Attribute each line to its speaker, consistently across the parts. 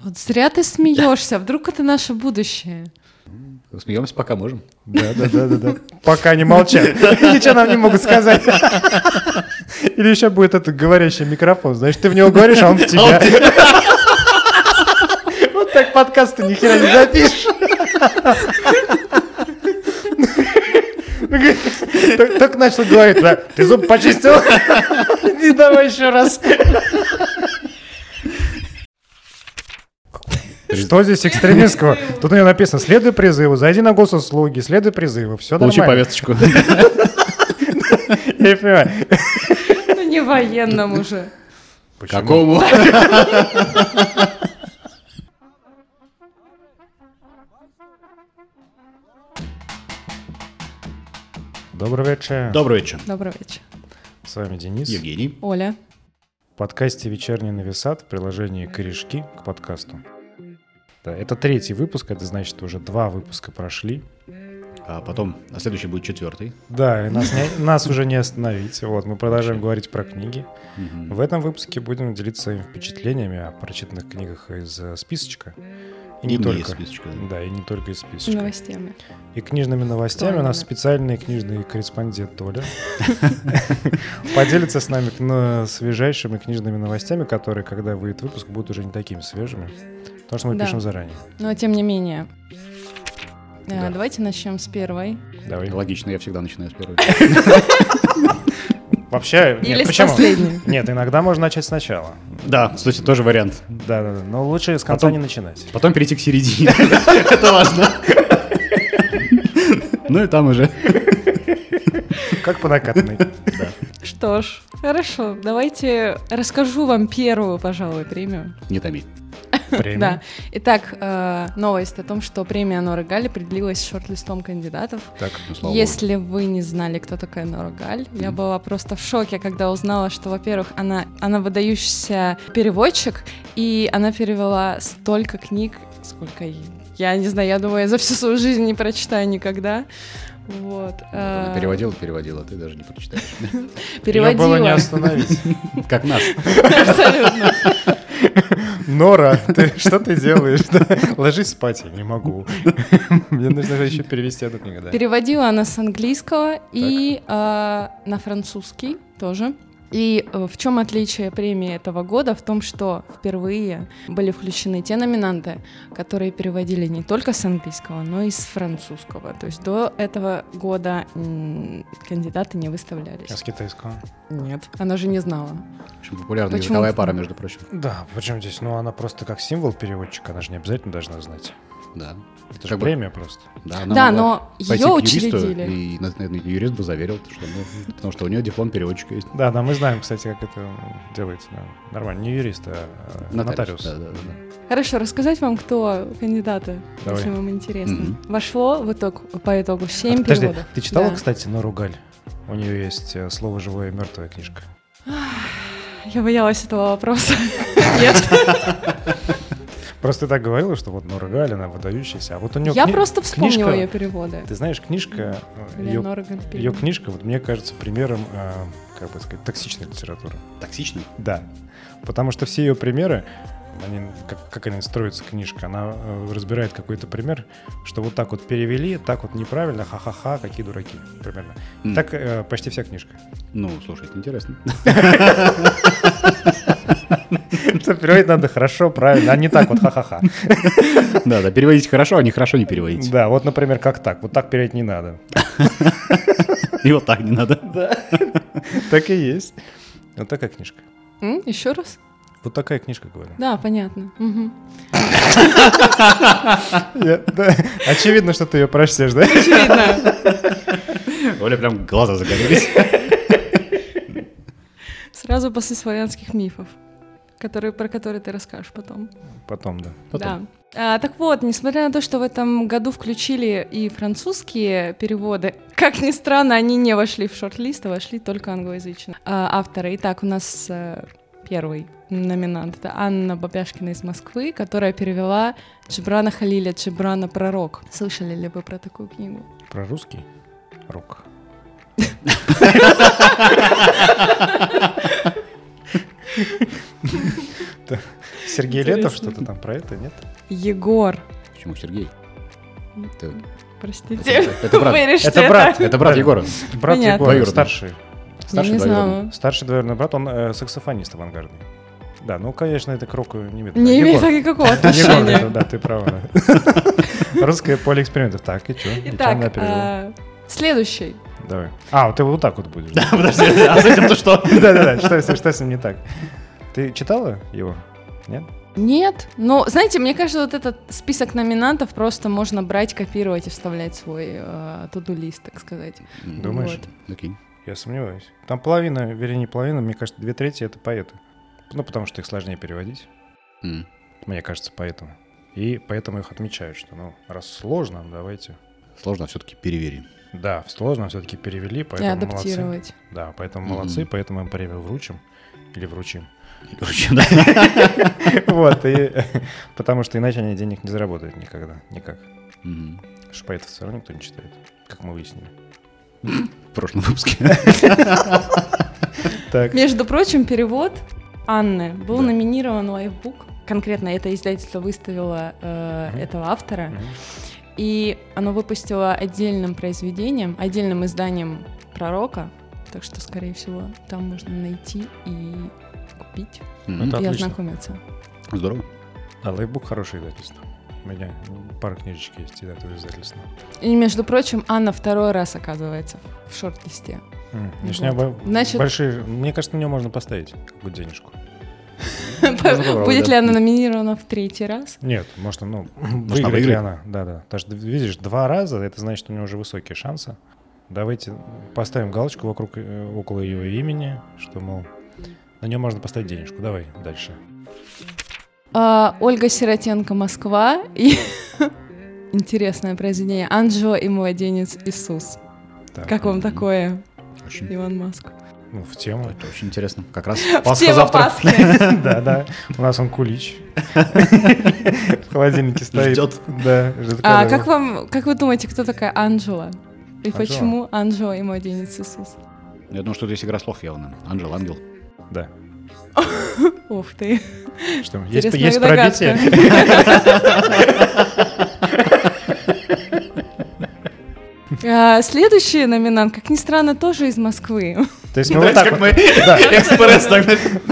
Speaker 1: Вот зря ты смеешься, вдруг это наше будущее.
Speaker 2: Смеемся, пока можем.
Speaker 3: Да, да, да, да, да. Пока не молчат. Ничего нам не могут сказать. Или еще будет этот говорящий микрофон. Значит, ты в него говоришь, а он в тебя. Вот так подкаст ты ни хера не запишешь. Только- Только начал говорить, да, ты зуб почистил? Иди давай еще раз. Что здесь экстремистского? Тут у него написано, следуй призыву, зайди на госуслуги, следуй призыву, все
Speaker 2: Получи
Speaker 3: нормально.
Speaker 2: повесточку.
Speaker 3: Я не понимаю.
Speaker 1: Ну не военным уже.
Speaker 2: Какому?
Speaker 3: Добрый вечер.
Speaker 2: Добрый вечер.
Speaker 1: Добрый вечер.
Speaker 3: С вами Денис.
Speaker 2: Евгений.
Speaker 1: Оля.
Speaker 3: В подкасте «Вечерний нависат» в приложении «Корешки» к подкасту. Да, это третий выпуск, это значит, уже два выпуска прошли.
Speaker 2: А потом, а следующий будет четвертый.
Speaker 3: Да, и нас, не- нас уже не остановить. Вот, мы продолжаем говорить про книги. В этом выпуске будем делиться своими впечатлениями о прочитанных книгах из э, списочка. И не
Speaker 2: И не
Speaker 3: только.
Speaker 2: из списочка, да.
Speaker 3: Да, и не только из списочка.
Speaker 1: Новостями.
Speaker 3: И книжными новостями у нас
Speaker 1: Актуальными.
Speaker 3: специальный книжный корреспондент Толя поделится с нами ну, свежайшими книжными новостями, которые, когда выйдет выпуск, будут уже не такими свежими, потому что мы
Speaker 1: Да.
Speaker 3: пишем заранее.
Speaker 1: Но тем не менее. Э,
Speaker 3: Да.
Speaker 1: Давайте начнем с первой.
Speaker 3: Давай.
Speaker 2: Логично, я всегда начинаю с первой.
Speaker 3: Вообще,
Speaker 1: Или
Speaker 3: нет,
Speaker 1: с
Speaker 3: почему?
Speaker 1: последней.
Speaker 3: Нет, иногда можно начать сначала.
Speaker 2: Да, кстати, тоже вариант.
Speaker 3: Да-да-да, но лучше с конца
Speaker 2: Потом-
Speaker 3: не начинать.
Speaker 2: Потом перейти к середине. Это важно. Ну и там уже.
Speaker 3: Как по накатанной. Да.
Speaker 1: Что ж, хорошо. Давайте расскажу вам первую, пожалуй, премию.
Speaker 2: Не томи.
Speaker 3: Премия.
Speaker 1: Да. Итак, э, новость о том, что премия Нора Галли определилась шорт-листом кандидатов.
Speaker 3: Так,
Speaker 2: Ну, слава богу.
Speaker 1: Если вы не знали, кто такая Нора Галь, я была просто в шоке, когда узнала, что, во-первых, она, она выдающийся переводчик, и она перевела столько книг, сколько ей- я не знаю, я думаю, я за всю свою жизнь не прочитаю никогда. Вот.
Speaker 2: Вот
Speaker 1: э,
Speaker 2: Ну, она Переводила, переводила, а ты даже не прочитаешь.
Speaker 3: Её было не
Speaker 1: Переводила.
Speaker 3: остановить.
Speaker 2: Как нас.
Speaker 1: Абсолютно.
Speaker 3: Нора, ты, что ты делаешь? Да. Ложись спать, я не могу. Мне нужно же еще перевести одну книгу, да.
Speaker 1: Переводила она с английского и э, на французский тоже. И э, в чем отличие премии этого года? В том, что впервые были включены те номинанты, которые переводили не только с английского, но и с французского. То есть до этого года м, кандидаты не
Speaker 3: А с
Speaker 1: выставлялись.
Speaker 3: китайского?
Speaker 1: Нет. Она же не знала.
Speaker 2: Очень популярная
Speaker 1: Почему?
Speaker 2: языковая пара, между прочим.
Speaker 3: Да, причем здесь, ну она просто как символ переводчика, она же не обязательно должна знать.
Speaker 2: Да.
Speaker 3: Это же
Speaker 2: Как бы-
Speaker 3: премия просто.
Speaker 2: Да,
Speaker 1: да,
Speaker 2: могла
Speaker 1: но
Speaker 2: пойти
Speaker 1: ее
Speaker 2: к юристу,
Speaker 1: учредили.
Speaker 2: И, наверное, юрист бы заверил, что ну, потому что у нее диплом переводчика есть.
Speaker 3: Да, да, мы знаем, кстати, как это делается. да. Нормально, не юрист, а э, нотариус.
Speaker 2: Да, да, да, да.
Speaker 1: Хорошо, рассказать вам, кто кандидаты,
Speaker 3: Давай.
Speaker 1: если вам интересно.
Speaker 2: Мгм.
Speaker 1: Вошло в итог, по итогу
Speaker 3: А,
Speaker 1: 7
Speaker 3: подожди,
Speaker 1: переводов.
Speaker 3: ты читала,
Speaker 1: Да.
Speaker 3: кстати, Нору Галь? У нее есть э, слово «живое» и «мертвая» книжка.
Speaker 1: Я боялась этого вопроса.
Speaker 3: Просто ты так говорила, что вот Нора Галь, она выдающаяся. А вот у нее
Speaker 1: Я
Speaker 3: кни-
Speaker 1: просто вспомнила ну,
Speaker 3: книжка-
Speaker 1: ее переводы.
Speaker 3: Ты знаешь, книжка, ее
Speaker 1: Леонора Гальперина.
Speaker 3: Ее книжка, вот мне кажется, примером, э, как бы сказать, токсичной литературы.
Speaker 2: Токсично?
Speaker 3: Да. Потому что все ее примеры, они, как, как они строится книжка, она э, разбирает какой-то пример, что вот так вот перевели, так вот неправильно, ха-ха-ха, какие дураки, примерно.
Speaker 2: М.
Speaker 3: Так э, почти вся книжка.
Speaker 2: Ну, слушай, это интересно.
Speaker 3: Это переводить надо хорошо, правильно, а не так вот ха-ха-ха.
Speaker 2: Да, да, переводить хорошо, а не хорошо не переводить.
Speaker 3: Да, вот, например, как так, вот так переводить не надо.
Speaker 2: И вот так не надо.
Speaker 3: Так и есть. Вот такая книжка.
Speaker 1: М, Еще раз?
Speaker 3: Вот такая книжка, говорю.
Speaker 1: Да, понятно. Мгм.
Speaker 3: Я- да. Очевидно, что ты ее прочтешь, да?
Speaker 1: Очевидно.
Speaker 2: Оля прям глаза загорелись.
Speaker 1: Сразу после славянских мифов, которые, про которые ты расскажешь потом.
Speaker 3: Потом, да.
Speaker 2: Потом.
Speaker 1: Да. А, так вот, несмотря на то, что в этом году включили и французские переводы, как ни странно, они не вошли в шорт-лист, а вошли только англоязычные а, авторы. Итак, у нас э, первый номинант — это Анна Бабяшкина из Москвы, которая перевела Джибрана Халиля «Джибрана Пророк». Слышали ли вы про такую книгу?
Speaker 3: Про русский рок. Сергей
Speaker 1: Интересно.
Speaker 3: Летов что-то там про это, нет?
Speaker 1: Егор.
Speaker 2: Почему Сергей? Это,
Speaker 1: Простите.
Speaker 2: это брат.
Speaker 1: Вырежьте
Speaker 3: Это брат.
Speaker 2: Это брат
Speaker 3: Правильно.
Speaker 2: Егора.
Speaker 3: Брат
Speaker 1: Понятно.
Speaker 3: Егора,
Speaker 2: Двоюродный.
Speaker 3: старший.
Speaker 1: Я
Speaker 2: Старший
Speaker 1: не
Speaker 2: двоюродный.
Speaker 1: знала.
Speaker 3: Старший двоюродный брат, он э, саксофонист авангардный. Да, ну, конечно, это к року не имеет.
Speaker 1: Не имеет
Speaker 3: Егор.
Speaker 1: никакого
Speaker 3: Егор, это,
Speaker 1: отношения.
Speaker 3: да, ты права. да. Русское поле экспериментов. Так, и что?
Speaker 1: Итак, а, следующий.
Speaker 3: Давай. А, вот ты вот так вот будешь. Да,
Speaker 2: Подожди, а с этим-то что?
Speaker 3: да, да. Что если- что с ним не так? Ты читала его? Нет?
Speaker 1: Нет, но, знаете, мне кажется, вот этот список номинантов просто можно брать, копировать и вставлять в свой э, туду-лист, так сказать.
Speaker 3: Думаешь?
Speaker 1: Ну Вот.
Speaker 2: Окей.
Speaker 3: Я сомневаюсь. Там половина, вернее, не половина, мне кажется, две трети — это поэты. Ну, потому что их сложнее переводить,
Speaker 2: М.
Speaker 3: мне кажется, поэтому. И поэтому их отмечают, что, ну, раз сложно, давайте.
Speaker 2: Сложно все-таки переверим.
Speaker 3: Да, сложно все-таки перевели,
Speaker 1: И
Speaker 3: поэтому молодцы.
Speaker 1: адаптировать.
Speaker 3: Да, поэтому
Speaker 2: Мгм.
Speaker 3: молодцы, поэтому им премию вручим. Или вручим.
Speaker 2: Короче, да.
Speaker 3: Вот, и потому что иначе они денег не заработают никогда, никак.
Speaker 2: М.
Speaker 3: Потому что поэтов все равно никто не читает, как мы выяснили.
Speaker 2: В прошлом выпуске.
Speaker 3: Так.
Speaker 1: Между прочим, перевод Анны был
Speaker 2: Да.
Speaker 1: номинирован лайфбук. Конкретно это издательство выставило э,
Speaker 3: Мгм.
Speaker 1: этого автора. И оно выпустило отдельным произведением, отдельным изданием пророка. Так что, скорее всего, там можно найти и купить
Speaker 2: М.
Speaker 3: Это
Speaker 1: и
Speaker 3: отлично.
Speaker 1: ознакомиться.
Speaker 2: Здорово.
Speaker 3: А лайфбук хорошее издательство. У меня пара книжечек есть из этого издательства.
Speaker 1: И, между прочим, Анна второй раз оказывается в шорт-листе.
Speaker 3: М,
Speaker 1: Ну
Speaker 3: начнем
Speaker 1: вот.
Speaker 3: обо-
Speaker 1: Значит-
Speaker 3: большие. Мне кажется, на него можно поставить какую-то денежку.
Speaker 2: попробуй,
Speaker 1: Будет
Speaker 2: Ну, да.
Speaker 1: ли она номинирована в третий раз?
Speaker 3: Нет, может, ну,
Speaker 2: она
Speaker 3: выиграет ли
Speaker 2: выиграет?
Speaker 3: она. Да, да. Потому что, видишь, два раза, это значит, у нее уже высокие шансы. Давайте поставим галочку вокруг, э, около ее имени, что, мол, на нее можно поставить денежку. Давай дальше.
Speaker 1: А, Ольга Сиротенко, Москва. И интересное произведение. Анджело и младенец Иисус.
Speaker 3: Так.
Speaker 1: Как вам такое,
Speaker 2: Очень
Speaker 1: Илон Маск?
Speaker 3: Ну, в тему.
Speaker 2: это очень интересно. Как раз
Speaker 1: В
Speaker 2: Пасха
Speaker 1: тему
Speaker 2: завтра.
Speaker 1: Пасхи.
Speaker 3: Да, да. У нас он кулич. В холодильнике стоит.
Speaker 2: Ждет.
Speaker 3: Да, ждет.
Speaker 1: А
Speaker 3: когда
Speaker 1: как
Speaker 3: его-
Speaker 1: вам, как вы думаете, кто такая Анджела? И
Speaker 3: Анджела?
Speaker 1: почему Анджела и младенец Иисус?
Speaker 2: Я думаю, что здесь игра слов явно. Анжел, ангел.
Speaker 3: Да.
Speaker 1: Ух ты.
Speaker 3: Что, есть,
Speaker 1: Интересная
Speaker 3: есть
Speaker 1: догадка.
Speaker 3: пробитие?
Speaker 1: А, Следующий номинант, как ни странно, тоже из Москвы.
Speaker 3: То есть мы вот так вот-
Speaker 2: мы экспресс так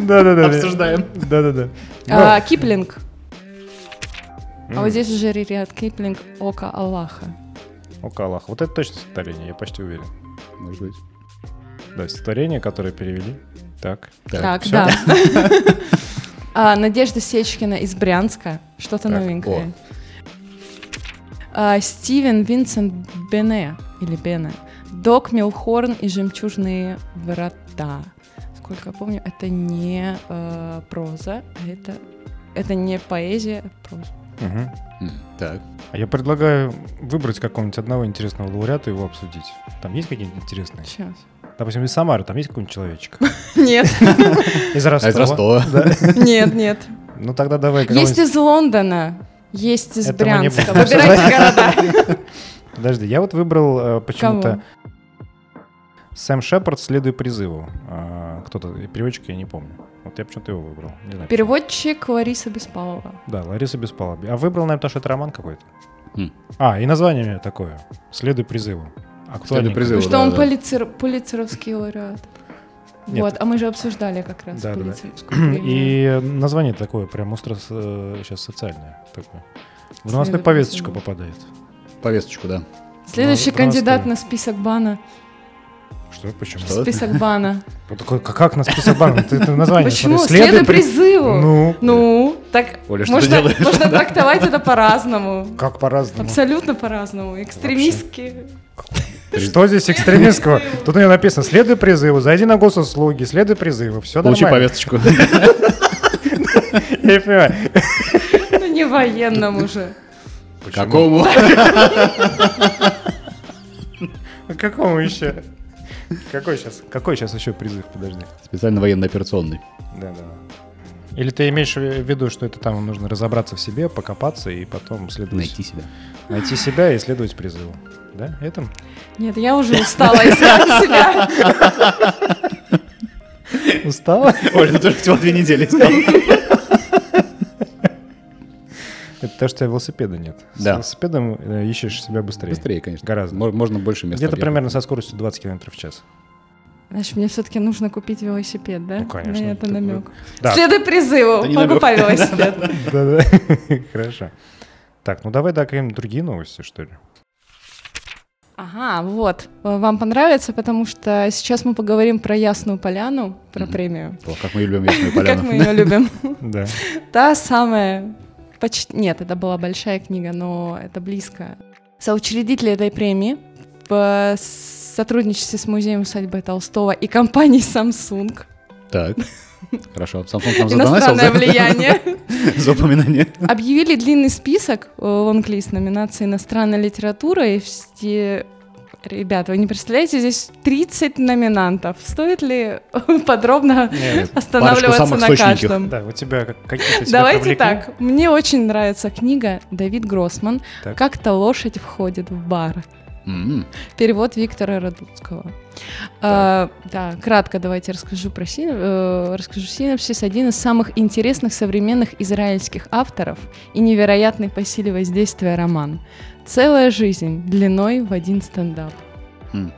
Speaker 3: Да, да, да.
Speaker 2: обсуждаем.
Speaker 3: Да, да, да.
Speaker 1: А, Киплинг.
Speaker 3: М.
Speaker 1: А вот здесь уже ряд Киплинг Ока Аллаха.
Speaker 3: Ока Аллах. Вот это точно стихотворение, я почти уверен.
Speaker 2: Может быть.
Speaker 3: Да, стихотворение, которое перевели. Так.
Speaker 1: Так,
Speaker 3: всё.
Speaker 1: да. А, Надежда Сечкина из Брянска. Что-то
Speaker 3: Так,
Speaker 1: новенькое. А, Стивен Винсент Бене или Бене. Док Милхорн и Жемчужные врата. Сколько я помню, это не э, проза, а это, это не поэзия, а проза.
Speaker 3: Мгм.
Speaker 2: М, Так.
Speaker 3: А я предлагаю выбрать какого-нибудь одного интересного лауреата и его обсудить. Там есть какие-нибудь интересные?
Speaker 1: Сейчас.
Speaker 3: Допустим, из Самары там есть какой-нибудь человечек?
Speaker 1: Нет,
Speaker 3: Из
Speaker 2: А
Speaker 3: Ростова?
Speaker 2: из Ростова.
Speaker 1: нет, нет.
Speaker 3: Ну тогда давай
Speaker 1: Есть
Speaker 3: какого-нибудь-
Speaker 1: из Лондона, есть из
Speaker 3: Это мы не
Speaker 1: Брянска.
Speaker 3: будем
Speaker 1: Выбирайте города.
Speaker 3: Подожди, я вот выбрал э,
Speaker 1: Кого?
Speaker 3: почему-то Сэм Шепард «Следуй призыву». А, Кто-то, и переводчик я не помню. Вот я почему-то его выбрал. Не знаю.
Speaker 1: Переводчик Лариса Беспалова.
Speaker 3: Да, Лариса Беспалова. А выбрал, наверное, потому что это роман какой-то.
Speaker 2: М.
Speaker 3: А, и название у меня такое. «Следуй призыву». А Актуальненько.
Speaker 2: призыву.
Speaker 1: Потому
Speaker 2: да,
Speaker 1: что он
Speaker 2: да.
Speaker 1: полицер- пулицеровский лауреат.
Speaker 3: Нет.
Speaker 1: Вот, а мы же обсуждали как раз
Speaker 3: Да, да, да.
Speaker 1: пулицеровскую премию.
Speaker 3: И название такое, прям остро сейчас социальное такое. В новостную
Speaker 1: «Следуй
Speaker 3: повесточку
Speaker 1: призыву».
Speaker 3: попадает.
Speaker 2: Повесточку, да.
Speaker 1: Следующий
Speaker 3: Ну,
Speaker 1: кандидат
Speaker 3: здравствуй.
Speaker 1: на список бана.
Speaker 3: Что? Почему?
Speaker 2: Что?
Speaker 1: Список бана.
Speaker 3: Вот такой, как, как на список банк? Ты, ты название
Speaker 1: Почему?
Speaker 3: смотри.
Speaker 1: Следуй
Speaker 3: при-
Speaker 1: призыву.
Speaker 3: Ну,
Speaker 1: Ну, так
Speaker 2: Оля, что ты
Speaker 1: можно
Speaker 2: делаешь?
Speaker 1: можно трактовать это по-разному.
Speaker 3: как по-разному.
Speaker 1: Абсолютно по-разному. Экстремистски.
Speaker 3: Что здесь экстремистского? Тут у него написано «Следуй призыву», «Зайди на госуслуги», «Следуй призыву», все
Speaker 2: Получи
Speaker 3: нормально.
Speaker 2: повесточку.
Speaker 3: Я не понимаю.
Speaker 1: Ну, не военным уже.
Speaker 2: Какому?
Speaker 3: А Какому еще? Какой сейчас? Какой сейчас еще призыв? Подожди.
Speaker 2: Специально военно-операционный.
Speaker 3: Да, да. Или ты имеешь в виду, что это там нужно разобраться в себе, покопаться и потом следовать...
Speaker 2: Найти себя.
Speaker 3: Найти себя и следовать призыву. Да? Это?
Speaker 1: Нет, я уже устала искать себя.
Speaker 3: Устала?
Speaker 2: Оля, ты только всего две недели искал.
Speaker 3: Это потому что у тебя велосипеда нет.
Speaker 2: Да.
Speaker 3: С велосипедом э, ищешь себя быстрее.
Speaker 2: Быстрее, конечно.
Speaker 3: Гораздо.
Speaker 2: Мор- Можно больше места.
Speaker 3: Где-то
Speaker 2: объехать.
Speaker 3: примерно со скоростью 20 км в час.
Speaker 1: Значит, мне все-таки нужно купить велосипед, да?
Speaker 3: Ну, конечно.
Speaker 1: Это
Speaker 3: Ты-
Speaker 1: намек.
Speaker 3: Да.
Speaker 1: Следуй призыву,
Speaker 2: Это не
Speaker 1: покупай велосипед.
Speaker 3: Да-да. Хорошо. Так, ну давай, да, какие-нибудь другие новости, что ли?
Speaker 1: Ага, вот. Э, Вам понравится, потому что сейчас мы поговорим про Ясную Поляну, про
Speaker 2: Мгм.
Speaker 1: премию.
Speaker 2: О, как мы любим Ясную
Speaker 1: Как
Speaker 2: Поляну.
Speaker 1: мы ее любим.
Speaker 3: Да.
Speaker 1: Та самая... Почти... Нет, это была большая книга, но это близко. Соучредители этой премии в сотрудничестве с музеем усадьбы Толстого и компанией Samsung.
Speaker 2: Так. Хорошо. Samsung нам задонатил
Speaker 1: Иностранное
Speaker 2: за,
Speaker 1: влияние.
Speaker 2: за упоминание.
Speaker 1: Объявили длинный список э, лонглист номинации «Иностранная литература» и все... Ребята, вы не представляете, здесь 30 номинантов. Стоит ли подробно
Speaker 3: Нет.
Speaker 1: останавливаться
Speaker 2: самых
Speaker 1: на
Speaker 2: сочненьких.
Speaker 1: каждом?
Speaker 3: Да, у тебя как- какие-то тебя
Speaker 1: Давайте
Speaker 3: привлекли?
Speaker 1: так. Мне очень нравится книга Давид Гроссман
Speaker 3: Так.
Speaker 1: «Как-то лошадь входит в бар».
Speaker 2: М,
Speaker 1: Перевод Виктора Радуцкого. А, да, кратко давайте расскажу про син... э, расскажу синапсис. Один из самых интересных современных израильских авторов и невероятный по силе воздействия роман. Целая жизнь длиной в один стендап.
Speaker 2: м.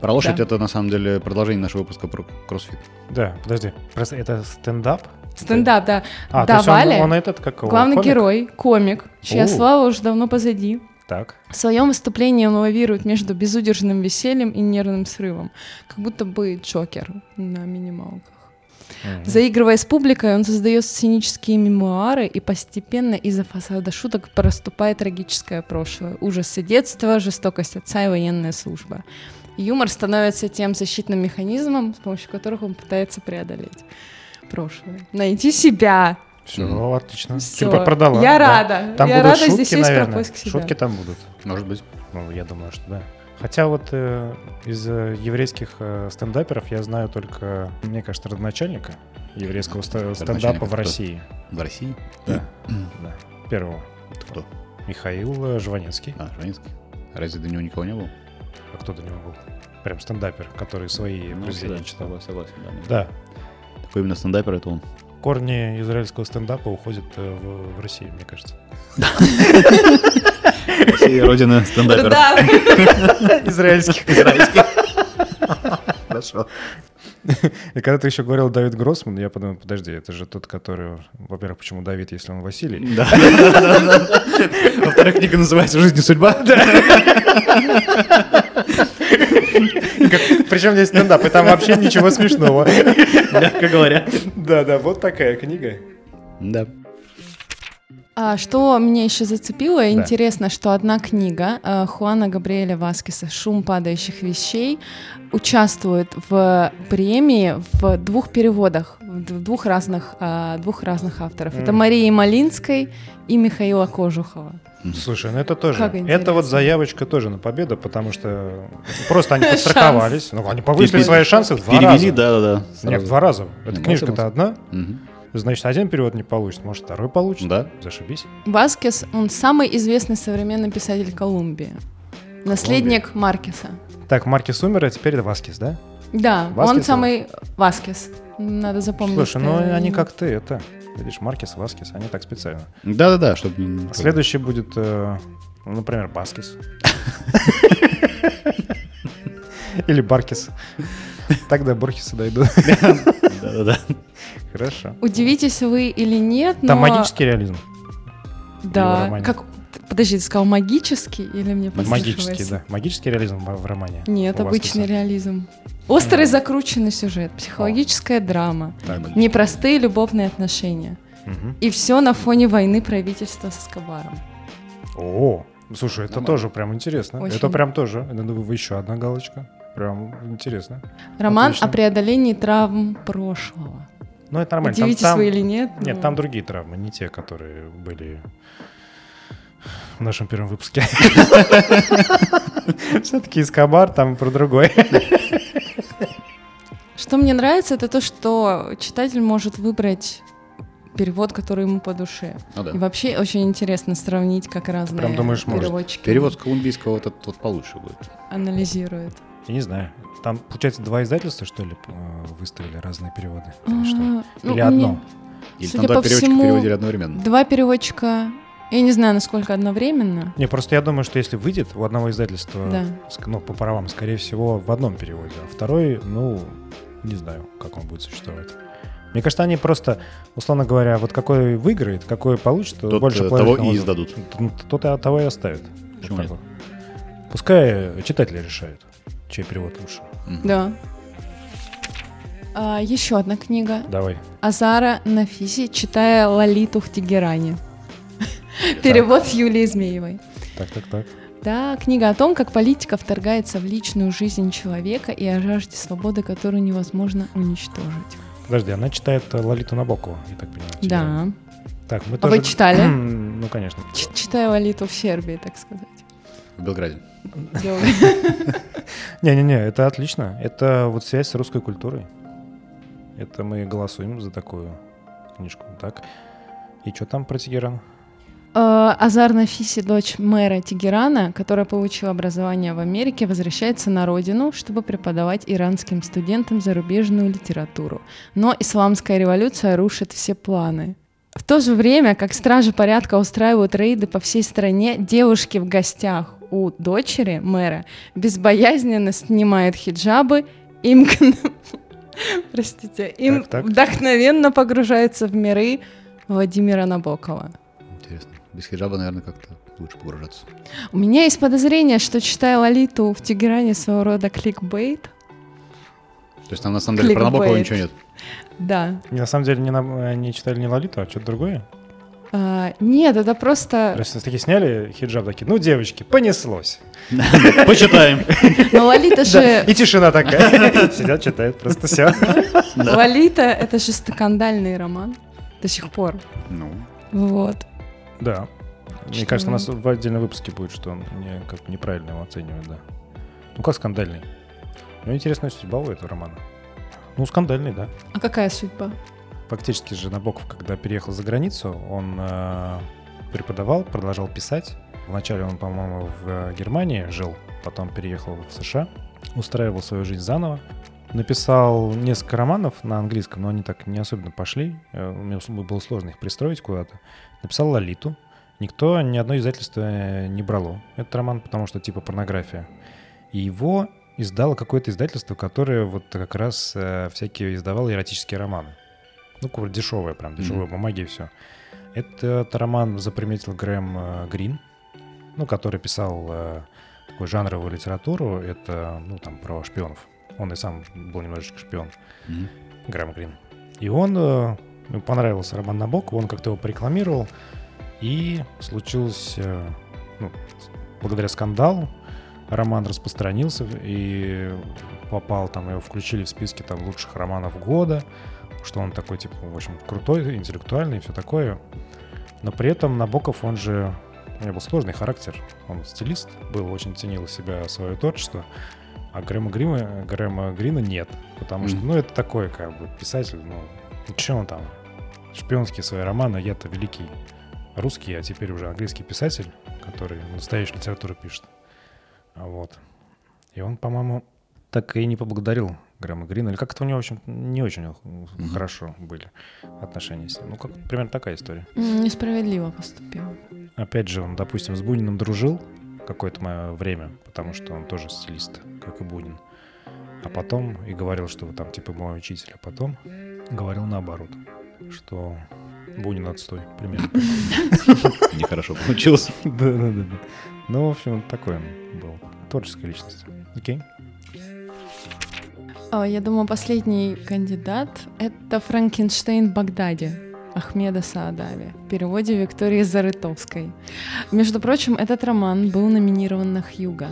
Speaker 2: Про лошадь
Speaker 1: Да.
Speaker 2: это на самом деле продолжение нашего выпуска про кроссфит.
Speaker 3: Да, подожди. Просто это стендап?
Speaker 1: Стендап, да.
Speaker 3: А, то есть он-
Speaker 1: Давали.
Speaker 3: он, этот как его,
Speaker 1: Главный
Speaker 3: комик?
Speaker 1: герой, комик, чья
Speaker 3: У.
Speaker 1: слава уже давно позади.
Speaker 3: Так.
Speaker 1: В своем выступлении он лавирует между безудержным весельем и нервным срывом, как будто бы Джокер на минималках.
Speaker 3: Мгм.
Speaker 1: Заигрывая с публикой, он создает сценические мемуары и постепенно из-за фасада шуток проступает трагическое прошлое. Ужасы детства, жестокость отца и военная служба. Юмор становится тем защитным механизмом, с помощью которых он пытается преодолеть прошлое. Найти себя.
Speaker 3: Все,
Speaker 2: Мгм.
Speaker 3: отлично.
Speaker 1: Всё.
Speaker 3: Типа продала.
Speaker 1: Я
Speaker 3: да.
Speaker 1: рада.
Speaker 3: Там
Speaker 1: Я
Speaker 3: будут
Speaker 1: рада,
Speaker 3: шутки,
Speaker 1: здесь есть
Speaker 3: наверное.
Speaker 1: пропуск себя.
Speaker 3: Шутки там будут.
Speaker 2: Может быть.
Speaker 3: Ну, я думаю, что да. Хотя вот э, из э, еврейских э, стендаперов я знаю только, мне кажется, родоначальника еврейского ста-
Speaker 2: Родоначальника
Speaker 3: стендапа в
Speaker 2: кто?
Speaker 3: России.
Speaker 2: В России?
Speaker 3: Да. Да. Первого.
Speaker 2: Это кто?
Speaker 3: Михаил э, Жванецкий.
Speaker 2: А, Жванецкий. Разве до него никого не было?
Speaker 3: А кто до него был? Прям стендапер, который свои
Speaker 2: Ну,
Speaker 3: произведения
Speaker 2: да,
Speaker 3: читал.
Speaker 2: согла- согласен, да, да.
Speaker 3: Да.
Speaker 2: Такой именно стендапер это он.
Speaker 3: Корни израильского стендапа уходят э, в, в Россию, мне кажется.
Speaker 2: Россия родина стендаперов.
Speaker 1: Да,
Speaker 3: Израильских.
Speaker 2: Израильский. Хорошо.
Speaker 3: И когда ты еще говорил Давид Гроссман, я подумал, подожди, это же тот, который, во-первых, почему Давид, если он Василий?
Speaker 2: Да. Во-вторых, книга называется «Жизнь и судьба».
Speaker 3: Причем здесь стендап, и там вообще ничего смешного.
Speaker 2: Мягко говоря.
Speaker 3: Да, да, вот такая книга.
Speaker 2: Да.
Speaker 1: А, что меня еще зацепило, и
Speaker 3: Да.
Speaker 1: интересно, что одна книга э, Хуана Габриэля Васкеса «Шум падающих вещей» участвует в премии в двух переводах, в д- двух разных, а, двух разных авторов. Это
Speaker 3: М.
Speaker 1: Марии Малинской и Михаила Кожухова.
Speaker 3: Слушай, ну это тоже.
Speaker 1: Как
Speaker 3: Это
Speaker 1: интересно.
Speaker 3: вот заявочка тоже на победу, потому что просто они подстраховались. Ну, они повысили
Speaker 2: Пере-
Speaker 3: свои шансы в два
Speaker 2: Перевели,
Speaker 3: раза.
Speaker 2: да-да-да.
Speaker 3: Нет,
Speaker 2: сразу.
Speaker 3: в два раза. Эта
Speaker 2: Молодцы,
Speaker 3: книжка-то
Speaker 2: молодцы.
Speaker 3: одна.
Speaker 2: Мгм.
Speaker 3: Значит, один перевод не получится, может, второй получится.
Speaker 2: Да.
Speaker 3: Зашибись.
Speaker 1: Васкес, он самый известный современный писатель Колумбии. Наследник Маркеса.
Speaker 3: Так, Марки Сумера, теперь это Васкис, да?
Speaker 1: Да, он
Speaker 3: Васкесова?
Speaker 1: самый Васкес. Надо запомнить.
Speaker 3: Слушай, ну
Speaker 1: э,
Speaker 3: они как ты, это. Видишь, Маркис, Васкис, они так специально.
Speaker 2: Да-да-да, чтобы... не- не-
Speaker 3: Следующий будет, э, ну, например, Баскис. Или Баркис. Тогда Борхиса дойду.
Speaker 2: Да-да-да.
Speaker 3: Хорошо.
Speaker 1: Удивитесь вы или нет,
Speaker 3: Там
Speaker 1: но...
Speaker 3: магический реализм. его
Speaker 1: Да,
Speaker 3: романе.
Speaker 1: как... Подожди, ты сказал магический или мне
Speaker 3: Магический,
Speaker 1: послышалось?
Speaker 3: да. Магический реализм в в романе.
Speaker 1: Нет,
Speaker 3: у
Speaker 1: обычный
Speaker 3: Баскиса.
Speaker 1: реализм. Острый закрученный сюжет, психологическая драма,
Speaker 2: Так.
Speaker 1: непростые любовные отношения.
Speaker 3: Мгм.
Speaker 1: И все на фоне войны правительства с Эскобаром.
Speaker 3: О, слушай, это
Speaker 2: Нормально.
Speaker 3: тоже прям интересно.
Speaker 1: Очень.
Speaker 3: Это прям тоже. Это ну, еще одна галочка. Прям интересно.
Speaker 1: Роман
Speaker 3: Отлично.
Speaker 1: о преодолении травм прошлого.
Speaker 3: Ну, это нормально. Там-
Speaker 1: Удивитесь
Speaker 3: там-
Speaker 1: вы или нет.
Speaker 3: Нет,
Speaker 1: но-
Speaker 3: там другие травмы, не те, которые были в нашем первом выпуске. Все-таки Эскобар там про другой.
Speaker 1: Что мне нравится, это то, что читатель может выбрать перевод, который ему по душе.
Speaker 2: Ну да.
Speaker 1: И вообще очень интересно сравнить, как разные
Speaker 3: думаешь, может.
Speaker 1: переводчики
Speaker 2: Перевод с колумбийского вот этот вот получше будет.
Speaker 1: анализируют.
Speaker 3: Я не знаю. Там, получается, два издательства, что ли, э, выставили разные переводы? Или что?
Speaker 1: А, ну,
Speaker 3: Или
Speaker 1: мне
Speaker 3: одно?
Speaker 2: Или
Speaker 1: Судя
Speaker 2: там два
Speaker 1: по
Speaker 2: переводчика
Speaker 1: всему,
Speaker 2: переводили одновременно.
Speaker 1: Два переводчика Я не знаю, насколько одновременно.
Speaker 3: Не, просто я думаю, что если выйдет у одного издательства,
Speaker 1: Да.
Speaker 3: ск- ну, по правам, скорее всего, в одном переводе, а второй, ну, не знаю, как он будет существовать. Мне кажется, они просто, условно говоря, вот какой выиграет, какой получит,
Speaker 2: Тот,
Speaker 3: больше
Speaker 2: э,
Speaker 3: половины
Speaker 2: того и
Speaker 3: того-
Speaker 2: издадут.
Speaker 3: Ну, Тот и от того и оставит.
Speaker 2: Почему
Speaker 3: Вот
Speaker 2: нет?
Speaker 3: так вот. Пускай э, читатели решают, чей перевод лучше.
Speaker 1: Да. А, еще одна книга.
Speaker 3: Давай.
Speaker 1: Азара Нафиси, читая Лолиту в Тегеране. Перевод Юлии Змеевой.
Speaker 3: Так, так, так.
Speaker 1: Да, книга о том, как политика вторгается в личную жизнь человека и о жажде свободы, которую невозможно уничтожить.
Speaker 3: Подожди, она читает э, Лолиту Набокову, я так понимаю. тебя.
Speaker 1: Да.
Speaker 3: Так, мы
Speaker 1: А вы
Speaker 3: тоже...
Speaker 1: читали?
Speaker 3: ну, конечно.
Speaker 1: Ч- читая Лолиту в Сербии, так сказать.
Speaker 2: В Белграде.
Speaker 3: Не-не-не, это отлично. Это вот связь с русской культурой. Это мы голосуем за такую книжку. Так. И что там про Тегеран?
Speaker 1: Э, Азар Нафиси, дочь мэра Тегерана, которая получила образование в Америке, возвращается на родину, чтобы преподавать иранским студентам зарубежную литературу. Но исламская революция рушит все планы. В то же время, как стражи порядка устраивают рейды по всей стране, девушки в гостях у дочери мэра безбоязненно снимают хиджабы и мгн- Простите, им
Speaker 3: Так, так.
Speaker 1: вдохновенно погружаются в миры Владимира Набокова.
Speaker 2: Интересно. Без хиджаба, наверное, как-то лучше погружаться.
Speaker 1: У меня есть подозрение, что читая Лолиту в Тегеране своего рода кликбейт.
Speaker 2: То есть там на самом деле про
Speaker 1: Кликбейт.
Speaker 2: Набокова ничего нет.
Speaker 1: Да.
Speaker 3: Не, На самом деле не, на- не читали не Лолиту, а что-то другое.
Speaker 1: А, нет, это просто...
Speaker 3: Раз такие сняли хиджаб, такие, ну, девочки, понеслось.
Speaker 2: Почитаем.
Speaker 1: Но Лолита
Speaker 3: Да,
Speaker 1: же...
Speaker 3: и тишина такая. Сидят, читают, просто все.
Speaker 1: Лолита — это же скандальный роман до сих пор.
Speaker 2: Ну,
Speaker 1: Вот.
Speaker 3: Да. Мне
Speaker 1: Что
Speaker 3: кажется,
Speaker 1: вы?
Speaker 3: у нас в отдельном выпуске будет, что он не- как бы неправильно его оценивает, да. Ну, как скандальный. Ну, интересная судьба у этого романа. Ну, скандальный, да.
Speaker 1: А какая судьба?
Speaker 3: Фактически же Набоков, когда переехал за границу, он э, преподавал, продолжал писать. Вначале он, по-моему, в э, Германии жил, потом переехал в США, устраивал свою жизнь заново. Написал несколько романов на английском, но они так не особенно пошли. Э, Мне ус- было сложно их пристроить куда-то. Написал «Лолиту». Никто, ни одно издательство э, не брало этот роман, потому что типа порнография. И его издало какое-то издательство, которое вот как раз э, всякие издавало эротические романы. Ну, какое-то дешевое, прям дешевые
Speaker 2: Мгм.
Speaker 3: бумаги и все. Этот роман заприметил Грэм э, Грин, ну, который писал э, такую жанровую литературу. Это, ну, там, про шпионов. Он и сам был немножечко шпион.
Speaker 2: мгм.
Speaker 3: Грэм Грин. И он, э, ему понравился роман Набокова, он как-то его порекламировал, и случилось, э, ну, с- благодаря скандалу, роман распространился и попал там, его включили в списки там лучших романов года, что он такой, типа, в общем, крутой, интеллектуальный и все такое. Но при этом Набоков, он же, у него был сложный характер, он стилист был, очень ценил себя, свое творчество, а Грэма, Грима, Грэма Грина нет, потому что,
Speaker 2: Мгм.
Speaker 3: ну, это такой, как бы, писатель, ну, что он там, шпионские свои романы, а я-то великий русский, а теперь уже английский писатель, который настоящую литературу пишет. А Вот. И он, по-моему, так и не поблагодарил Грэма Грина. Или как-то у него, в общем, не очень
Speaker 2: Мгм.
Speaker 3: хорошо были отношения с ним. Ну, как, примерно такая история.
Speaker 1: М, Несправедливо поступила.
Speaker 3: Опять же, он, допустим, с Буниным дружил какое-то мое время, потому что он тоже стилист, как и Бунин. А потом и говорил, что вы там типа мой учитель, а потом говорил наоборот, что Бунин отстой, примерно.
Speaker 2: Нехорошо получилось.
Speaker 3: Да-да-да. Ну, в общем, такой он был. Творческая личность. Окей.
Speaker 1: А, Я думаю, последний кандидат — это Франкенштейн в Багдаде Ахмеда Саадави в переводе Виктории Зарытовской. Между прочим, этот роман был номинирован на Хьюга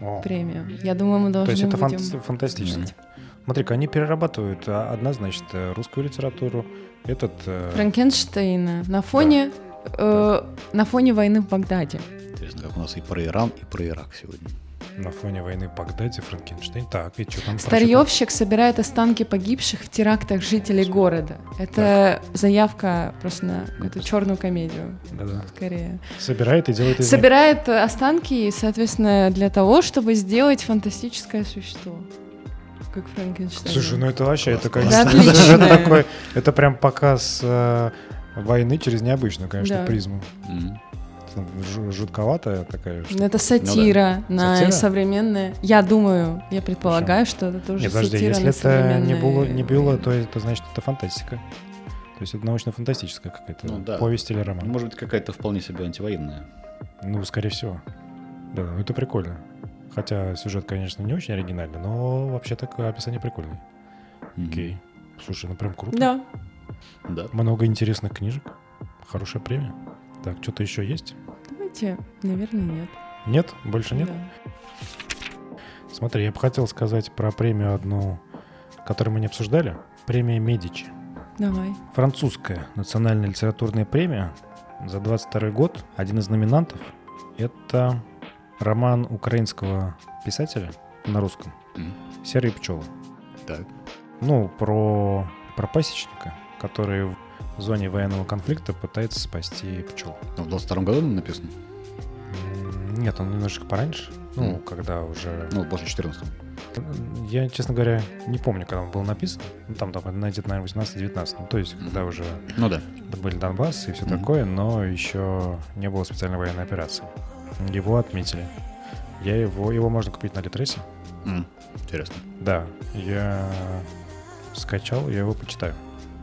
Speaker 3: О,
Speaker 1: премию. Я думаю, мы
Speaker 3: То
Speaker 1: должны
Speaker 3: есть это
Speaker 1: будем...
Speaker 3: фант- фантастично.
Speaker 2: Мгм.
Speaker 3: Смотри-ка, они перерабатывают а, одна, значит, э, русскую литературу, этот... э,
Speaker 1: Франкенштейна на фоне, э, на фоне войны в Багдаде.
Speaker 2: Интересно, как у нас и про Иран, и про Ирак сегодня.
Speaker 3: На фоне войны в Багдаде, Франкенштейн. Так, и что там? про чё-то?
Speaker 1: Старьевщик собирает останки погибших в терактах жителей города. Это заявка просто на какую-то черную комедию,
Speaker 3: Да-да.
Speaker 1: скорее.
Speaker 3: Собирает и делает из них-
Speaker 1: Собирает э, останки, соответственно, для того, чтобы сделать фантастическое существо. Как Франкенштейн.
Speaker 3: ну, Слушай, ну это вообще, это,
Speaker 2: Классно.
Speaker 1: Да,
Speaker 3: конечно, это
Speaker 1: отличная.
Speaker 3: такой, это прям показ э, войны через необычную, конечно,
Speaker 1: Да.
Speaker 3: призму.
Speaker 2: Мгм.
Speaker 3: Там жу- Жутковатая такая
Speaker 1: Ну,
Speaker 3: штука.
Speaker 1: Это сатира на
Speaker 3: Сатира?
Speaker 1: современное. Я думаю, я предполагаю, что это тоже
Speaker 3: Не, подожди,
Speaker 1: сатира
Speaker 3: если
Speaker 1: на
Speaker 3: это не
Speaker 1: современное.
Speaker 3: было, не было, то это значит, это фантастика. То есть это научно-фантастическая какая-то
Speaker 2: Ну да.
Speaker 3: повесть или
Speaker 2: Ну,
Speaker 3: роман.
Speaker 2: Может быть, какая-то вполне себе антивоенная.
Speaker 3: Ну, скорее всего. Да, ну это прикольно. Хотя сюжет, конечно, не очень оригинальный, но вообще такое описание прикольное.
Speaker 2: Мгм.
Speaker 3: Окей. Слушай, ну прям круто.
Speaker 1: Да.
Speaker 2: Да.
Speaker 3: Много интересных книжек. Хорошая премия. Так, что-то еще есть?
Speaker 1: Давайте, наверное, нет.
Speaker 3: Нет? Больше нет?
Speaker 1: Да.
Speaker 3: Смотри, я бы хотел сказать про премию одну, которую мы не обсуждали. Премия Медичи.
Speaker 1: Давай.
Speaker 3: Французская национальная литературная премия за 22 год. Один из номинантов — это роман украинского писателя на русском
Speaker 2: Мгм.
Speaker 3: «Серые пчелы».
Speaker 2: Так.
Speaker 3: Ну, про, про пасечника, который в зоне военного конфликта пытается спасти пчел.
Speaker 2: Ну, в 22 году написано.
Speaker 3: М, Нет, он немножечко пораньше, ну,
Speaker 2: Мгм.
Speaker 3: когда уже...
Speaker 2: Ну, после 14
Speaker 3: Я, честно говоря, не помню, когда он был написан. Ну, там, там, найдет, наверное, 18-19. Ну, то есть, когда уже
Speaker 2: Ну да.
Speaker 3: были Донбасс и все
Speaker 2: Мгм.
Speaker 3: такое, но еще не было специальной военной операции. Его отметили. Я его... Его можно купить на Литресе.
Speaker 2: М, Интересно.
Speaker 3: Да, я скачал, я его почитаю.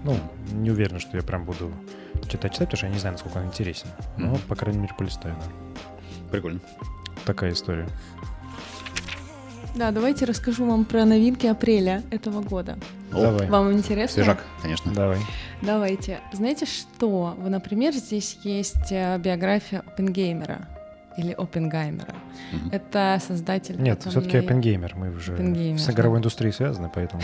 Speaker 3: Ну, не уверен, что я прям буду читать-читать, потому что я не знаю, насколько он интересен. Но,
Speaker 2: Мгм.
Speaker 3: по крайней мере, полистаю, да.
Speaker 2: Прикольно.
Speaker 3: Такая история.
Speaker 1: Да, давайте расскажу вам про новинки апреля этого года.
Speaker 2: О,
Speaker 3: Давай.
Speaker 1: Вам интересно?
Speaker 2: Свежак, конечно.
Speaker 3: Давай.
Speaker 1: Давайте. Знаете что? Вот, Например, здесь есть э, биография Оппенгеймера или Оппенгаймера.
Speaker 2: Мгм.
Speaker 1: Это создатель...
Speaker 3: Нет,
Speaker 1: атомной-
Speaker 3: все-таки оппенгеймер. Мы уже
Speaker 1: Оппенгеймер,
Speaker 3: с игровой
Speaker 1: да.
Speaker 3: индустрией связаны, поэтому...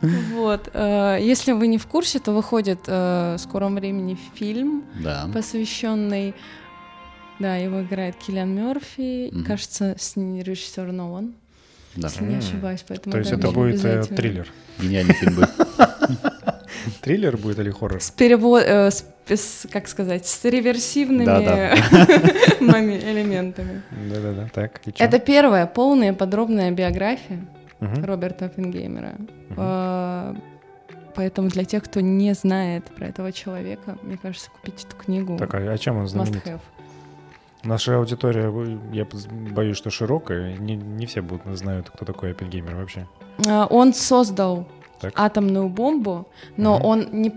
Speaker 1: Вот. э, Если вы не в курсе, то выходит э, в скором времени фильм,
Speaker 2: Да.
Speaker 1: посвященный... Да, его играет Киллиан Мерфи, и,
Speaker 2: Мгм.
Speaker 1: кажется, с ней режиссер Нолан,
Speaker 2: Да.
Speaker 1: если не
Speaker 3: М.
Speaker 1: ошибаюсь, поэтому
Speaker 3: То есть это
Speaker 1: нужно
Speaker 3: будет э,
Speaker 1: обязательно.
Speaker 3: триллер.
Speaker 2: Гениальный фильм был.
Speaker 3: Триллер будет или хоррор?
Speaker 1: С перево- э, с- с- как сказать, с реверсивными
Speaker 2: Да-да.
Speaker 1: моми- элементами.
Speaker 3: Да-да-да. Так, и чё?
Speaker 1: Это первая полная подробная биография
Speaker 3: Мгм.
Speaker 1: Роберта Оппенгеймера.
Speaker 3: Мгм.
Speaker 1: Э, Поэтому для тех, кто не знает про этого человека, мне кажется, купить эту книгу
Speaker 3: Так, а а чем он
Speaker 1: must
Speaker 3: знаменит?
Speaker 1: have.
Speaker 3: Наша аудитория, э, я поз- боюсь, что широкая. Не, не все будут знают, кто такой оппенгеймер вообще.
Speaker 1: Э, Он создал
Speaker 3: Так.
Speaker 1: атомную бомбу, но
Speaker 3: Мгм.
Speaker 1: он не